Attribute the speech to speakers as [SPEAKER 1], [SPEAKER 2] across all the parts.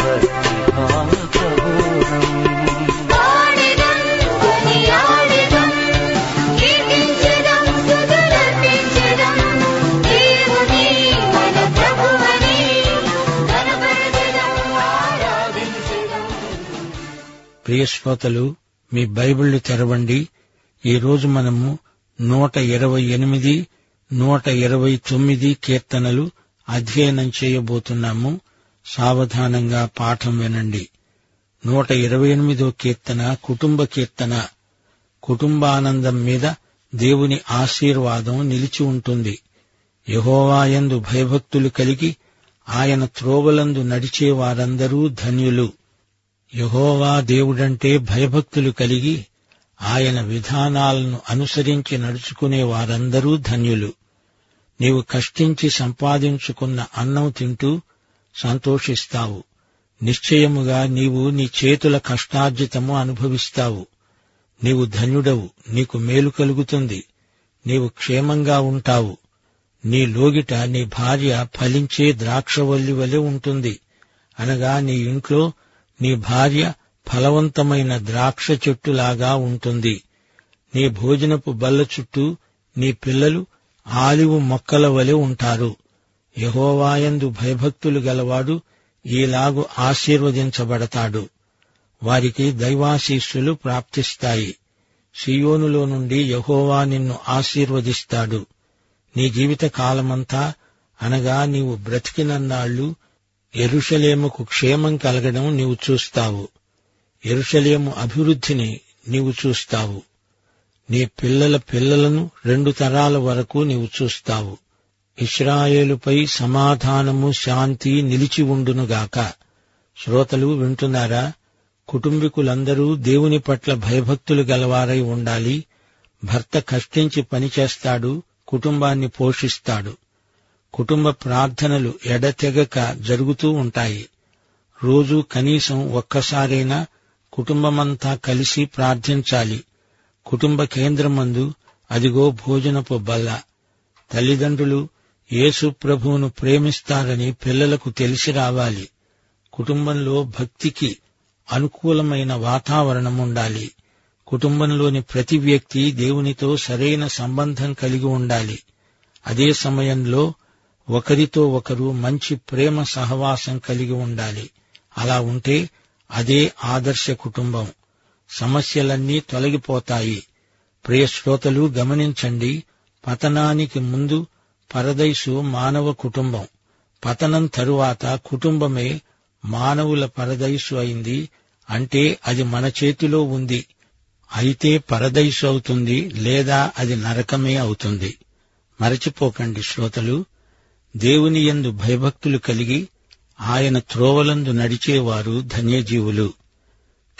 [SPEAKER 1] భక్తిభావబోధం
[SPEAKER 2] ప్రియ శ్రోతలు మీ బైబిళ్లు తెరవండి ఈ రోజు మనము నూట ఇరవై ఎనిమిది నూట ఇరవై తొమ్మిది కీర్తనలు అధ్యయనం చేయబోతున్నాము సావధానంగా పాఠం వినండి నూట ఇరవై ఎనిమిదో కీర్తన కుటుంబ కీర్తన కుటుంబానందం మీద దేవుని ఆశీర్వాదం నిలిచి ఉంటుంది యహోవాయందు భయభక్తులు కలిగి ఆయన త్రోవలందు నడిచే వారందరూ ధన్యులు యహోవా దేవుడంటే భయభక్తులు కలిగి ఆయన విధానాలను అనుసరించి నడుచుకునే వారందరూ ధన్యులు నీవు కష్టించి సంపాదించుకున్న అన్నం తింటూ సంతోషిస్తావు నిశ్చయముగా నీవు నీ చేతుల కష్టార్జితము అనుభవిస్తావు నీవు ధన్యుడవు నీకు మేలు కలుగుతుంది నీవు క్షేమంగా ఉంటావు నీ లోగిట నీ భార్య ఫలించే ద్రాక్షవల్లి వలె ఉంటుంది అనగా నీ ఇంట్లో నీ భార్య ఫలవంతమైన ద్రాక్ష చెట్టులాగా ఉంటుంది నీ భోజనపు బల్ల చుట్టూ నీ పిల్లలు ఆలివు మొక్కల వలె ఉంటారు యహోవాయందు భయభక్తులు గలవాడు ఈలాగు ఆశీర్వదించబడతాడు వారికి దైవాశీస్సులు ప్రాప్తిస్తాయి సియోనులో నుండి యహోవా నిన్ను ఆశీర్వదిస్తాడు నీ జీవిత కాలమంతా అనగా నీవు బ్రతికినన్నాళ్ళు ఎరుషలేముకు క్షేమం కలగడం నీవు చూస్తావు ఎరుషలేము అభివృద్ధిని నీవు చూస్తావు నీ పిల్లల పిల్లలను రెండు తరాల వరకు నీవు చూస్తావు ఇస్రాయేలుపై సమాధానము శాంతి నిలిచి ఉండునుగాక శ్రోతలు వింటున్నారా కుటుంబీకులందరూ దేవుని పట్ల భయభక్తులు గలవారై ఉండాలి భర్త కష్టించి పనిచేస్తాడు కుటుంబాన్ని పోషిస్తాడు కుటుంబ ప్రార్థనలు ఎడతెగక జరుగుతూ ఉంటాయి రోజూ కనీసం ఒక్కసారైనా కుటుంబమంతా కలిసి ప్రార్థించాలి కుటుంబ కేంద్రమందు అదిగో భోజనపు బల్ల తల్లిదండ్రులు యేసు ప్రభువును ప్రేమిస్తారని పిల్లలకు తెలిసి రావాలి కుటుంబంలో భక్తికి అనుకూలమైన వాతావరణం ఉండాలి కుటుంబంలోని ప్రతి వ్యక్తి దేవునితో సరైన సంబంధం కలిగి ఉండాలి అదే సమయంలో ఒకరితో ఒకరు మంచి ప్రేమ సహవాసం కలిగి ఉండాలి అలా ఉంటే అదే ఆదర్శ కుటుంబం సమస్యలన్నీ తొలగిపోతాయి ప్రియ శ్రోతలు గమనించండి పతనానికి ముందు పరదైసు మానవ కుటుంబం పతనం తరువాత కుటుంబమే మానవుల పరదైసు అయింది అంటే అది మన చేతిలో ఉంది అయితే పరదైసు అవుతుంది లేదా అది నరకమే అవుతుంది మరచిపోకండి శ్రోతలు దేవుని యందు భయభక్తులు కలిగి ఆయన త్రోవలందు నడిచేవారు ధన్యజీవులు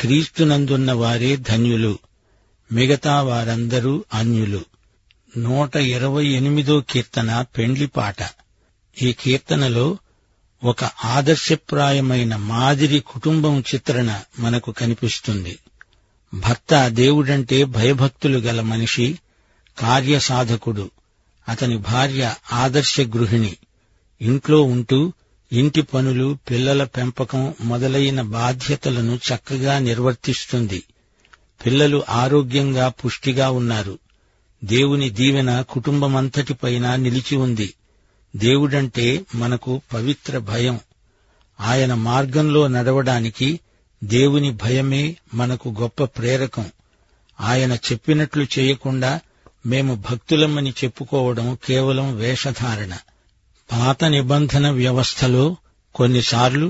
[SPEAKER 2] క్రీస్తునందున్న వారే ధన్యులు మిగతా వారందరూ అన్యులు నూట ఇరవై ఎనిమిదో కీర్తన పెండ్లి పాట ఈ కీర్తనలో ఒక ఆదర్శప్రాయమైన మాదిరి కుటుంబం చిత్రణ మనకు కనిపిస్తుంది భర్త దేవుడంటే భయభక్తులు గల మనిషి కార్యసాధకుడు అతని భార్య ఆదర్శ గృహిణి ఇంట్లో ఉంటూ ఇంటి పనులు పిల్లల పెంపకం మొదలైన బాధ్యతలను చక్కగా నిర్వర్తిస్తుంది పిల్లలు ఆరోగ్యంగా పుష్టిగా ఉన్నారు దేవుని దీవెన కుటుంబమంతటిపైన నిలిచి ఉంది దేవుడంటే మనకు పవిత్ర భయం ఆయన మార్గంలో నడవడానికి దేవుని భయమే మనకు గొప్ప ప్రేరకం ఆయన చెప్పినట్లు చేయకుండా మేము భక్తులమని చెప్పుకోవడం కేవలం వేషధారణ పాత నిబంధన వ్యవస్థలో కొన్నిసార్లు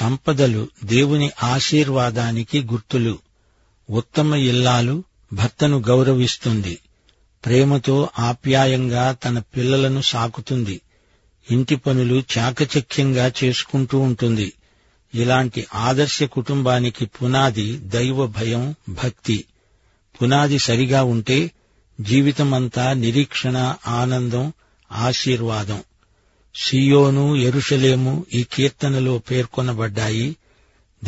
[SPEAKER 2] సంపదలు దేవుని ఆశీర్వాదానికి గుర్తులు ఉత్తమ ఇల్లాలు భర్తను గౌరవిస్తుంది ప్రేమతో ఆప్యాయంగా తన పిల్లలను సాకుతుంది ఇంటి పనులు చాకచక్యంగా చేసుకుంటూ ఉంటుంది ఇలాంటి ఆదర్శ కుటుంబానికి పునాది దైవ భయం భక్తి పునాది సరిగా ఉంటే జీవితమంతా నిరీక్షణ ఆనందం ఆశీర్వాదం షియోను ఎరుషలేము ఈ కీర్తనలో పేర్కొనబడ్డాయి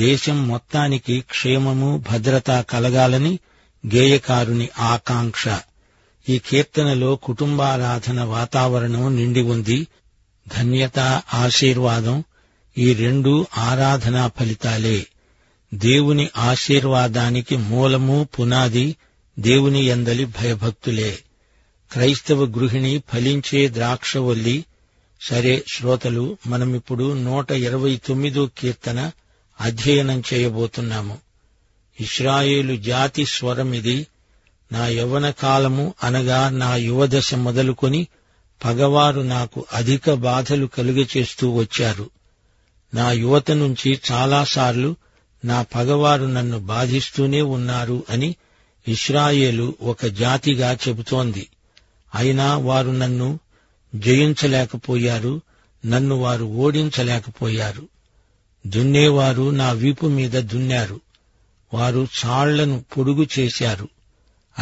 [SPEAKER 2] దేశం మొత్తానికి క్షేమము భద్రత కలగాలని గేయకారుని ఆకాంక్ష ఈ కీర్తనలో కుటుంబారాధన వాతావరణం నిండి ఉంది ధన్యత ఆశీర్వాదం ఈ రెండు ఆరాధనా ఫలితాలే దేవుని ఆశీర్వాదానికి మూలము పునాది దేవుని ఎందలి భయభక్తులే క్రైస్తవ గృహిణి ఫలించే ద్రాక్షవల్లి సరే శ్రోతలు మనమిప్పుడు నూట ఇరవై తొమ్మిదో కీర్తన అధ్యయనం చేయబోతున్నాము ఇస్రాయేలు జాతి స్వరం ఇది నా యవ్వన కాలము అనగా నా యువదశ మొదలుకొని పగవారు నాకు అధిక బాధలు కలుగచేస్తూ వచ్చారు నా యువత నుంచి చాలాసార్లు నా పగవారు నన్ను బాధిస్తూనే ఉన్నారు అని ఇస్రాయేలు ఒక జాతిగా చెబుతోంది అయినా వారు నన్ను జయించలేకపోయారు నన్ను వారు ఓడించలేకపోయారు దున్నేవారు నా వీపు మీద దున్నారు వారు చాళ్లను పొడుగు చేశారు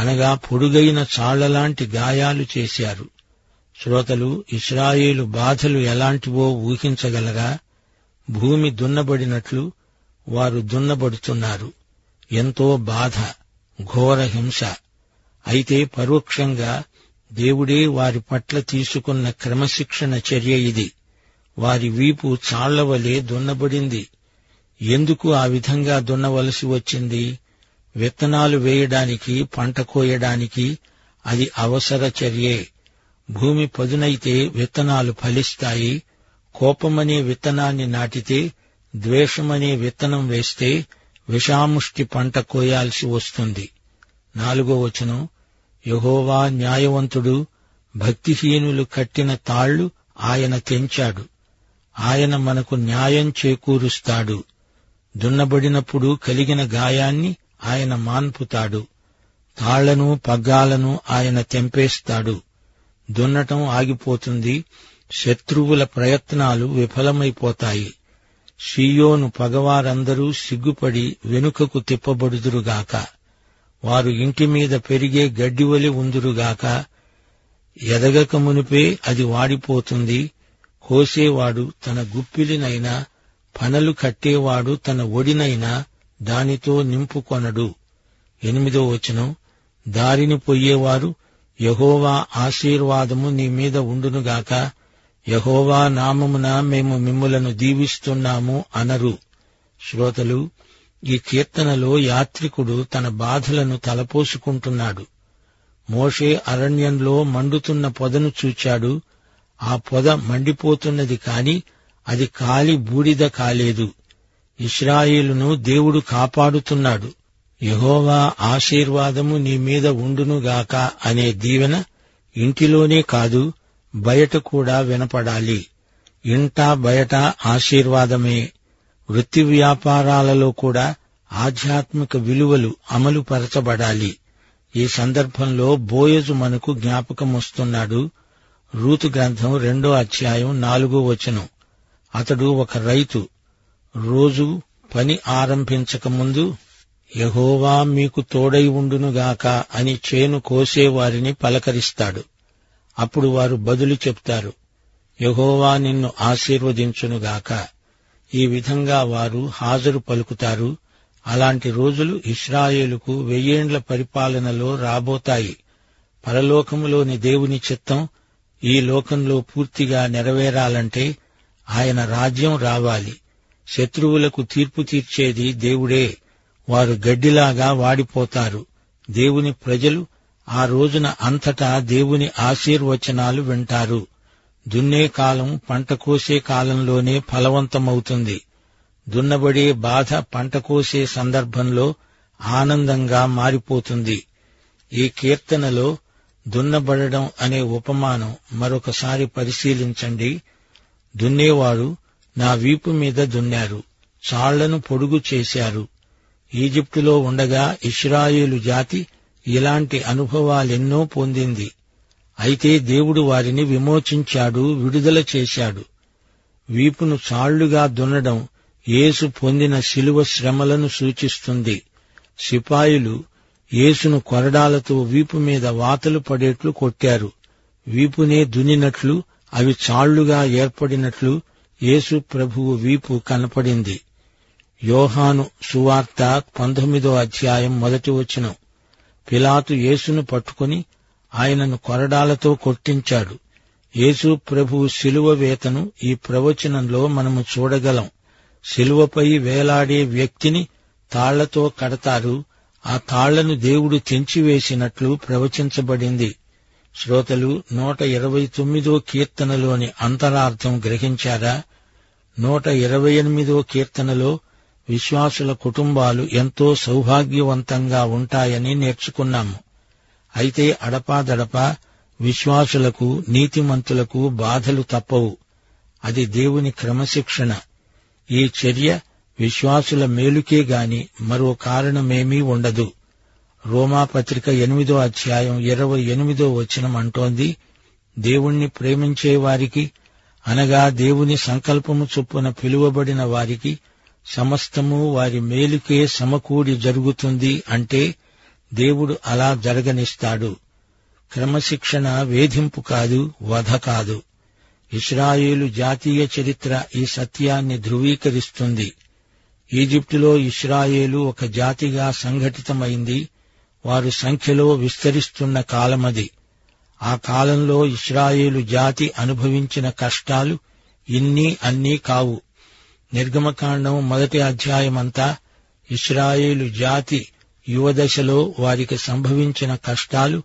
[SPEAKER 2] అనగా పొడుగైన చాళ్లలాంటి గాయాలు చేశారు శ్రోతలు ఇస్రాయేలు బాధలు ఎలాంటివో ఊహించగలరా భూమి దున్నబడినట్లు వారు దున్నబడుతున్నారు ఎంతో బాధ ఘోర హింస అయితే పరోక్షంగా దేవుడే వారి పట్ల తీసుకున్న క్రమశిక్షణ చర్య ఇది వారి వీపు చాళ్లవలే దున్నబడింది ఎందుకు ఆ విధంగా దున్నవలసి వచ్చింది విత్తనాలు వేయడానికి పంట కోయడానికి అది అవసర చర్యే భూమి పదునైతే విత్తనాలు ఫలిస్తాయి కోపమనే విత్తనాన్ని నాటితే ద్వేషమనే విత్తనం వేస్తే విషాముష్టి పంట కోయాల్సి వస్తుంది నాలుగో వచనం యహోవా న్యాయవంతుడు భక్తిహీనులు కట్టిన తాళ్లు ఆయన తెంచాడు ఆయన మనకు న్యాయం చేకూరుస్తాడు దున్నబడినప్పుడు కలిగిన గాయాన్ని ఆయన మాన్పుతాడు తాళ్లను పగ్గాలను ఆయన తెంపేస్తాడు దున్నటం ఆగిపోతుంది శత్రువుల ప్రయత్నాలు విఫలమైపోతాయి షియోను పగవారందరూ సిగ్గుపడి వెనుకకు తిప్పబడుదురుగాక వారు ఇంటి మీద పెరిగే గడ్డివలి ఉందురుగాక ఎదగక మునిపే అది వాడిపోతుంది కోసేవాడు తన గుప్పిలినైనా పనలు కట్టేవాడు తన ఒడినైనా దానితో నింపుకొనడు ఎనిమిదో వచనం దారిని పొయ్యేవారు యహోవా ఆశీర్వాదము నీ మీద ఉండునుగాక యహోవా నామమున మేము మిమ్ములను దీవిస్తున్నాము అనరు శ్రోతలు ఈ కీర్తనలో యాత్రికుడు తన బాధలను తలపోసుకుంటున్నాడు మోషే అరణ్యంలో మండుతున్న పొదను చూచాడు ఆ పొద మండిపోతున్నది కాని అది కాలి బూడిద కాలేదు ఇస్రాయేలును దేవుడు కాపాడుతున్నాడు యెహోవా ఆశీర్వాదము నీ మీద ఉండునుగాక అనే దీవెన ఇంటిలోనే కాదు బయట కూడా వినపడాలి ఇంట బయట ఆశీర్వాదమే వృత్తి వ్యాపారాలలో కూడా ఆధ్యాత్మిక విలువలు అమలు పరచబడాలి ఈ సందర్భంలో బోయజు మనకు జ్ఞాపకం వస్తున్నాడు రూతు గ్రంథం రెండో అధ్యాయం నాలుగో వచనం అతడు ఒక రైతు రోజు పని ఆరంభించకముందు యహోవా మీకు తోడై ఉండునుగాక అని చేను కోసేవారిని పలకరిస్తాడు అప్పుడు వారు బదులు చెప్తారు యహోవా నిన్ను ఆశీర్వదించునుగాక ఈ విధంగా వారు హాజరు పలుకుతారు అలాంటి రోజులు ఇస్రాయేలుకు వెయ్యేండ్ల పరిపాలనలో రాబోతాయి పరలోకములోని దేవుని చిత్తం ఈ లోకంలో పూర్తిగా నెరవేరాలంటే ఆయన రాజ్యం రావాలి శత్రువులకు తీర్పు తీర్చేది దేవుడే వారు గడ్డిలాగా వాడిపోతారు దేవుని ప్రజలు ఆ రోజున అంతటా దేవుని ఆశీర్వచనాలు వింటారు దున్నే కాలం పంట కోసే కాలంలోనే ఫలవంతమవుతుంది దున్నబడే బాధ పంట కోసే సందర్భంలో ఆనందంగా మారిపోతుంది ఈ కీర్తనలో దున్నబడడం అనే ఉపమానం మరొకసారి పరిశీలించండి దున్నేవాడు నా వీపు మీద దున్నారు చాళ్లను పొడుగు చేశారు ఈజిప్టులో ఉండగా ఇస్రాయేలు జాతి ఇలాంటి అనుభవాలెన్నో పొందింది అయితే దేవుడు వారిని విమోచించాడు విడుదల చేశాడు వీపును చాళ్లుగా దున్నడం యేసు పొందిన శిలువ శ్రమలను సూచిస్తుంది సిపాయిలు యేసును కొరడాలతో వీపు మీద వాతలు పడేట్లు కొట్టారు వీపునే దున్నినట్లు అవి చాళ్లుగా ఏర్పడినట్లు యేసు ప్రభువు వీపు కనపడింది యోహాను సువార్త పంతొమ్మిదో అధ్యాయం మొదటి వచనం పిలాతు యేసును పట్టుకుని ఆయనను కొరడాలతో కొట్టించాడు యేసు ప్రభువు శిలువ వేతను ఈ ప్రవచనంలో మనము చూడగలం శిలువపై వేలాడే వ్యక్తిని తాళ్లతో కడతారు ఆ తాళ్లను దేవుడు తెంచివేసినట్లు ప్రవచించబడింది శ్రోతలు నూట ఇరవై తొమ్మిదో కీర్తనలోని అంతరార్థం గ్రహించారా నూట ఇరవై ఎనిమిదో కీర్తనలో విశ్వాసుల కుటుంబాలు ఎంతో సౌభాగ్యవంతంగా ఉంటాయని నేర్చుకున్నాము అయితే అడపాదడపా విశ్వాసులకు నీతిమంతులకు బాధలు తప్పవు అది దేవుని క్రమశిక్షణ ఈ చర్య విశ్వాసుల మేలుకే గాని మరో కారణమేమీ ఉండదు రోమాపత్రిక ఎనిమిదో అధ్యాయం ఇరవై ఎనిమిదో వచనం అంటోంది దేవుణ్ణి ప్రేమించే వారికి అనగా దేవుని సంకల్పము చొప్పున పిలువబడిన వారికి సమస్తము వారి మేలుకే సమకూడి జరుగుతుంది అంటే దేవుడు అలా జరగనిస్తాడు క్రమశిక్షణ వేధింపు కాదు వధ కాదు ఇస్రాయేలు జాతీయ చరిత్ర ఈ సత్యాన్ని ధృవీకరిస్తుంది ఈజిప్టులో ఇస్రాయేలు ఒక జాతిగా సంఘటితమైంది వారు సంఖ్యలో విస్తరిస్తున్న కాలమది ఆ కాలంలో ఇస్రాయేలు జాతి అనుభవించిన కష్టాలు ఇన్ని అన్నీ కావు నిర్గమకాండం మొదటి అధ్యాయమంతా ఇస్రాయేలు జాతి యువదశలో వారికి సంభవించిన కష్టాలు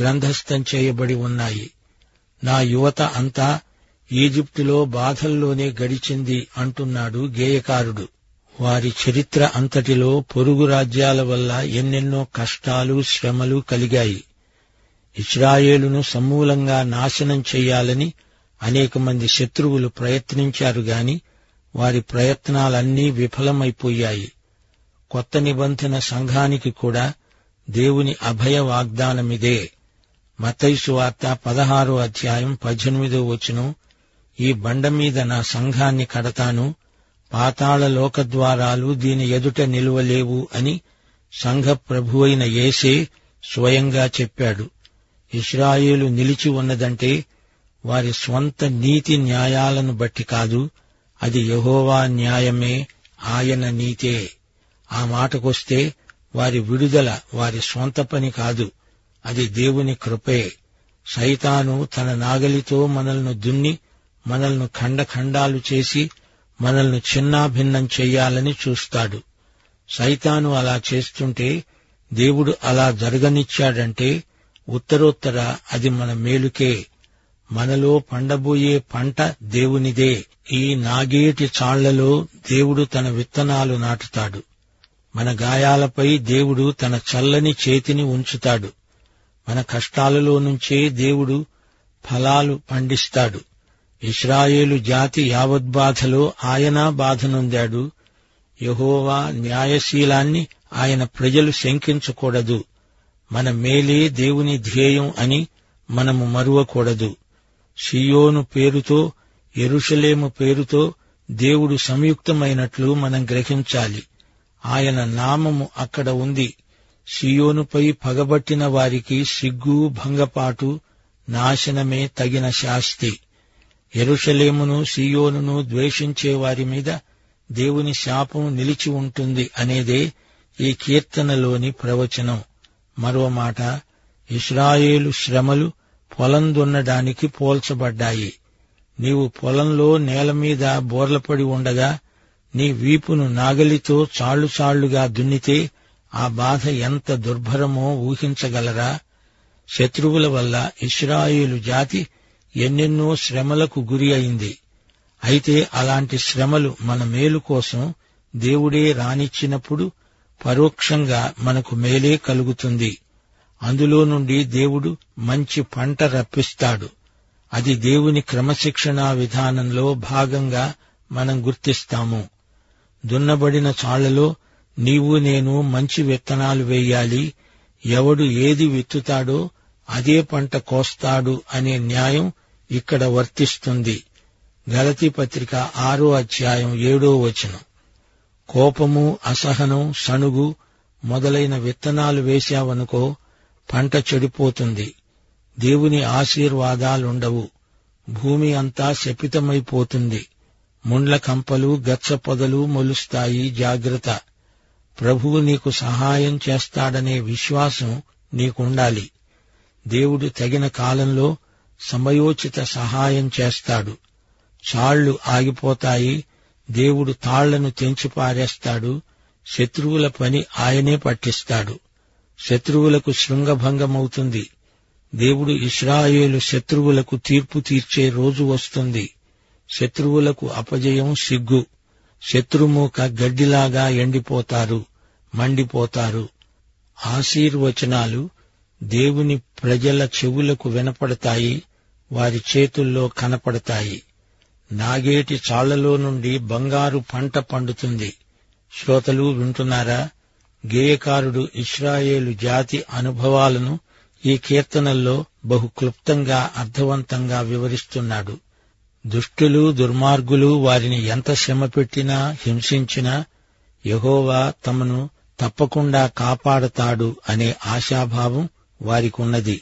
[SPEAKER 2] గ్రంథస్థం చేయబడి ఉన్నాయి నా యువత అంతా ఈజిప్టులో బాధల్లోనే గడిచింది అంటున్నాడు గేయకారుడు వారి చరిత్ర అంతటిలో పొరుగు రాజ్యాల వల్ల ఎన్నెన్నో కష్టాలు శ్రమలు కలిగాయి ఇస్రాయేలును సమూలంగా నాశనం చేయాలని అనేక మంది శత్రువులు ప్రయత్నించారు గాని వారి ప్రయత్నాలన్నీ విఫలమైపోయాయి కొత్త నిబంధన సంఘానికి కూడా దేవుని అభయ వాగ్దానమిదే మత్తయి సువార్త పదహారో అధ్యాయం పద్దెనిమిదో వచనం ఈ బండ మీద నా సంఘాన్ని కడతాను పాతాళ లోకద్వారాలు దీని ఎదుట నిలువలేవు అని సంఘ ప్రభువైన యేసే స్వయంగా చెప్పాడు ఇస్రాయేలు నిలిచి ఉన్నదంటే వారి స్వంత నీతి న్యాయాలను బట్టి కాదు అది యహోవా న్యాయమే ఆయన నీతే ఆ మాటకొస్తే వారి విడుదల వారి స్వంత పని కాదు అది దేవుని కృపే సైతాను తన నాగలితో మనల్ని దున్ని మనల్ని ఖండఖండాలు చేసి మనల్ని చిన్నాభిన్నం చేయాలని చూస్తాడు సైతాను అలా చేస్తుంటే దేవుడు అలా జరగనిచ్చాడంటే ఉత్తరోత్తర అది మన మేలుకే మనలో పండబోయే పంట దేవునిదే ఈ నాగేటి చాళ్లలో దేవుడు తన విత్తనాలు నాటుతాడు మన గాయాలపై దేవుడు తన చల్లని చేతిని ఉంచుతాడు మన కష్టాలలో నుంచే దేవుడు ఫలాలు పండిస్తాడు ఇస్రాయేలు జాతి యావద్బాధలో ఆయన బాధనుందాడు యహోవా న్యాయశీలాన్ని ఆయన ప్రజలు శంకించకూడదు మన మేలే దేవుని ధ్యేయం అని మనము మరువకూడదు సియోను పేరుతో ఎరుషలేము పేరుతో దేవుడు సంయుక్తమైనట్లు మనం గ్రహించాలి ఆయన నామము అక్కడ ఉంది సియోనుపై పగబట్టిన వారికి సిగ్గు భంగపాటు నాశనమే తగిన శాస్తి ఎరుషలేమును సియోనును ద్వేషించే వారి మీద దేవుని శాపం నిలిచి ఉంటుంది అనేదే ఈ కీర్తనలోని ప్రవచనం మరో మాట ఇస్రాయేలు శ్రమలు పొలం దున్నడానికి పోల్చబడ్డాయి నీవు పొలంలో నేల మీద బోర్లపడి ఉండగా నీ వీపును నాగలితో చాళ్లు చాళ్లుగా దున్నితే ఆ బాధ ఎంత దుర్భరమో ఊహించగలరా శత్రువుల వల్ల ఇస్రాయేలు జాతి ఎన్నెన్నో శ్రమలకు గురి అయింది అయితే అలాంటి శ్రమలు మన మేలు కోసం దేవుడే రానిచ్చినప్పుడు పరోక్షంగా మనకు మేలే కలుగుతుంది అందులో నుండి దేవుడు మంచి పంట రప్పిస్తాడు అది దేవుని క్రమశిక్షణా విధానంలో భాగంగా మనం గుర్తిస్తాము దున్నబడిన చాళ్లలో నీవు నేను మంచి విత్తనాలు వేయాలి ఎవడు ఏది విత్తుతాడో అదే పంట కోస్తాడు అనే న్యాయం ఇక్కడ వర్తిస్తుంది గలతీ పత్రిక ఆరో అధ్యాయం ఏడో వచనం కోపము అసహనం సణుగు మొదలైన విత్తనాలు వేశావనుకో పంట చెడిపోతుంది దేవుని ఆశీర్వాదాలుండవు భూమి అంతా శపితమైపోతుంది ముండ్ల కంపలు గచ్చ పొదలు మొలుస్తాయి జాగ్రత్త ప్రభువు నీకు సహాయం చేస్తాడనే విశ్వాసం నీకుండాలి దేవుడు తగిన కాలంలో సమయోచిత సహాయం చేస్తాడు చాళ్లు ఆగిపోతాయి దేవుడు తాళ్లను తెంచిపారేస్తాడు శత్రువుల పని ఆయనే పట్టిస్తాడు శత్రువులకు శృంగభంగమవుతుంది దేవుడు ఇస్రాయేలు శత్రువులకు తీర్పు తీర్చే రోజు వస్తుంది శత్రువులకు అపజయం సిగ్గు శత్రుమూక గడ్డిలాగా ఎండిపోతారు మండిపోతారు ఆశీర్వచనాలు దేవుని ప్రజల చెవులకు వినపడతాయి వారి చేతుల్లో కనపడతాయి నాగేటి చాళ్లలో నుండి బంగారు పంట పండుతుంది శ్రోతలు వింటున్నారా గేయకారుడు ఇస్రాయేలు జాతి అనుభవాలను ఈ కీర్తనల్లో బహు క్లుప్తంగా అర్థవంతంగా వివరిస్తున్నాడు దుష్టులు దుర్మార్గులు వారిని ఎంత శ్రమ పెట్టినా హింసించినా యహోవా తమను తప్పకుండా కాపాడతాడు అనే ఆశాభావం వారికున్నది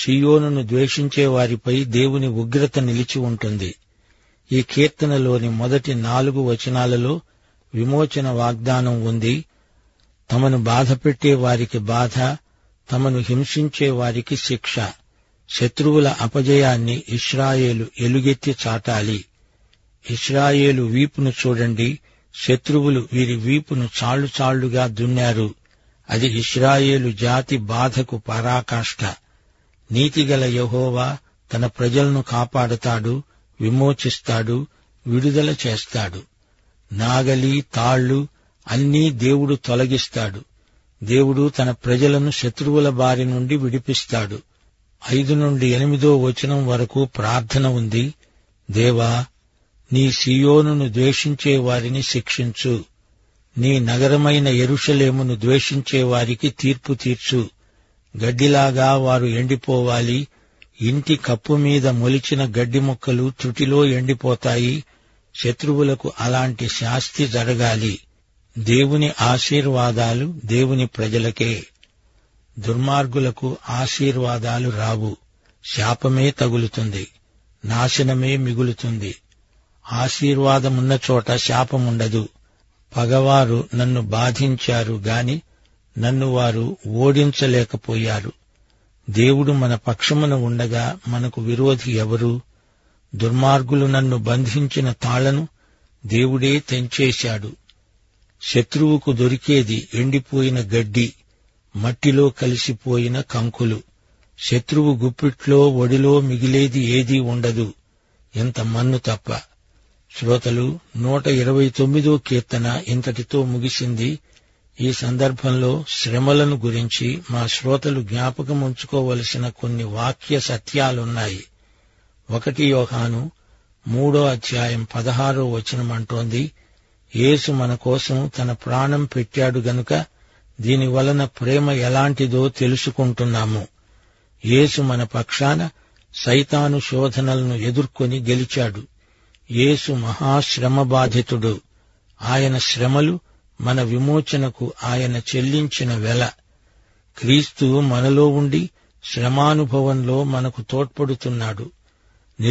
[SPEAKER 2] సియోనును ద్వేషించే వారిపై దేవుని ఉగ్రత నిలిచి ఉంటుంది ఈ కీర్తనలోని మొదటి నాలుగు వచనాలలో విమోచన వాగ్దానం ఉంది తమను బాధపెట్టే వారికి బాధ తమను హింసించే వారికి శిక్ష శత్రువుల అపజయాన్ని ఇస్రాయేలు ఎలుగెత్తి చాటాలి ఇస్రాయేలు వీపును చూడండి శత్రువులు వీరి వీపును చాళ్ళు చాళ్లుగా దున్నారు అది ఇస్రాయేలు జాతి బాధకు పరాకాష్ఠ నీతిగల యెహోవా తన ప్రజలను కాపాడతాడు విమోచిస్తాడు విడుదల చేస్తాడు నాగలి తాళ్ళు అన్నీ దేవుడు తొలగిస్తాడు దేవుడు తన ప్రజలను శత్రువుల బారి నుండి విడిపిస్తాడు ఐదు నుండి ఎనిమిదో వచనం వరకు ప్రార్థన ఉంది దేవా నీ సియోనును ద్వేషించే వారిని శిక్షించు నీ నగరమైన ఎరుషలేమును ద్వేషించే వారికి తీర్పు తీర్చు గడ్డిలాగా వారు ఎండిపోవాలి ఇంటి కప్పు మీద మొలిచిన గడ్డి మొక్కలు త్రుటిలో ఎండిపోతాయి శత్రువులకు అలాంటి శాస్తి జరగాలి దేవుని ఆశీర్వాదాలు దేవుని ప్రజలకే దుర్మార్గులకు ఆశీర్వాదాలు రావు శాపమే తగులుతుంది నాశనమే మిగులుతుంది ఆశీర్వాదమున్న చోట శాపముండదు పగవారు నన్ను బాధించారు గాని నన్ను వారు ఓడించలేకపోయారు దేవుడు మన పక్షమున ఉండగా మనకు విరోధి ఎవరు దుర్మార్గులు నన్ను బంధించిన తాళ్లను దేవుడే తెంచేశాడు శత్రువుకు దొరికేది ఎండిపోయిన గడ్డి మట్టిలో కలిసిపోయిన కంకులు శత్రువు గుప్పిట్లో ఒడిలో మిగిలేది ఏదీ ఉండదు ఎంత మన్ను తప్ప శ్రోతలు నూట ఇరవై తొమ్మిదో కీర్తన ఇంతటితో ముగిసింది ఈ సందర్భంలో శ్రమలను గురించి మా శ్రోతలు జ్ఞాపకం ఉంచుకోవలసిన కొన్ని వాక్య సత్యాలున్నాయి ఒకటి యోహాను మూడో అధ్యాయం పదహారో వచనం అంటోంది యేసు మన కోసం తన ప్రాణం పెట్టాడు గనుక దీని వలన ప్రేమ ఎలాంటిదో తెలుసుకుంటున్నాము యేసు మన పక్షాన సైతాను శోధనలను ఎదుర్కొని గెలిచాడు యేసు మహాశ్రమ బాధితుడు ఆయన శ్రమలు మన విమోచనకు ఆయన చెల్లించిన వెల క్రీస్తు మనలో ఉండి శ్రమానుభవంలో మనకు తోడ్పడుతున్నాడు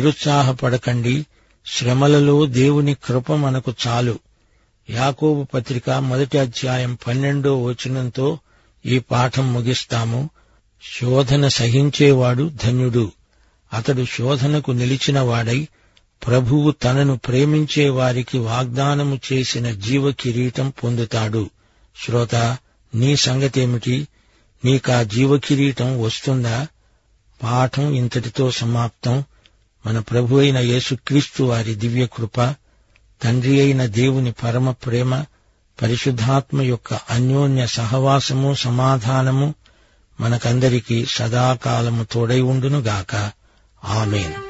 [SPEAKER 2] నిరుత్సాహపడకండి శ్రమలలో దేవుని కృప మనకు చాలు యాకోబు పత్రిక మొదటి అధ్యాయం పన్నెండో వచనంతో ఈ పాఠం ముగిస్తాము శోధన సహించేవాడు ధన్యుడు అతడు శోధనకు నిలిచినవాడై ప్రభువు తనను ప్రేమించే వారికి వాగ్దానము చేసిన జీవ కిరీటం పొందుతాడు శ్రోత నీ సంగతేమిటి నీకా జీవ కిరీటం వస్తుందా పాఠం ఇంతటితో సమాప్తం మన ప్రభు అయిన యేసుక్రీస్తు వారి దివ్య కృప తండ్రి అయిన దేవుని పరమ ప్రేమ పరిశుద్ధాత్మ యొక్క అన్యోన్య సహవాసము సమాధానము మనకందరికీ సదాకాలము తోడై ఉండునుగాక ఆమెను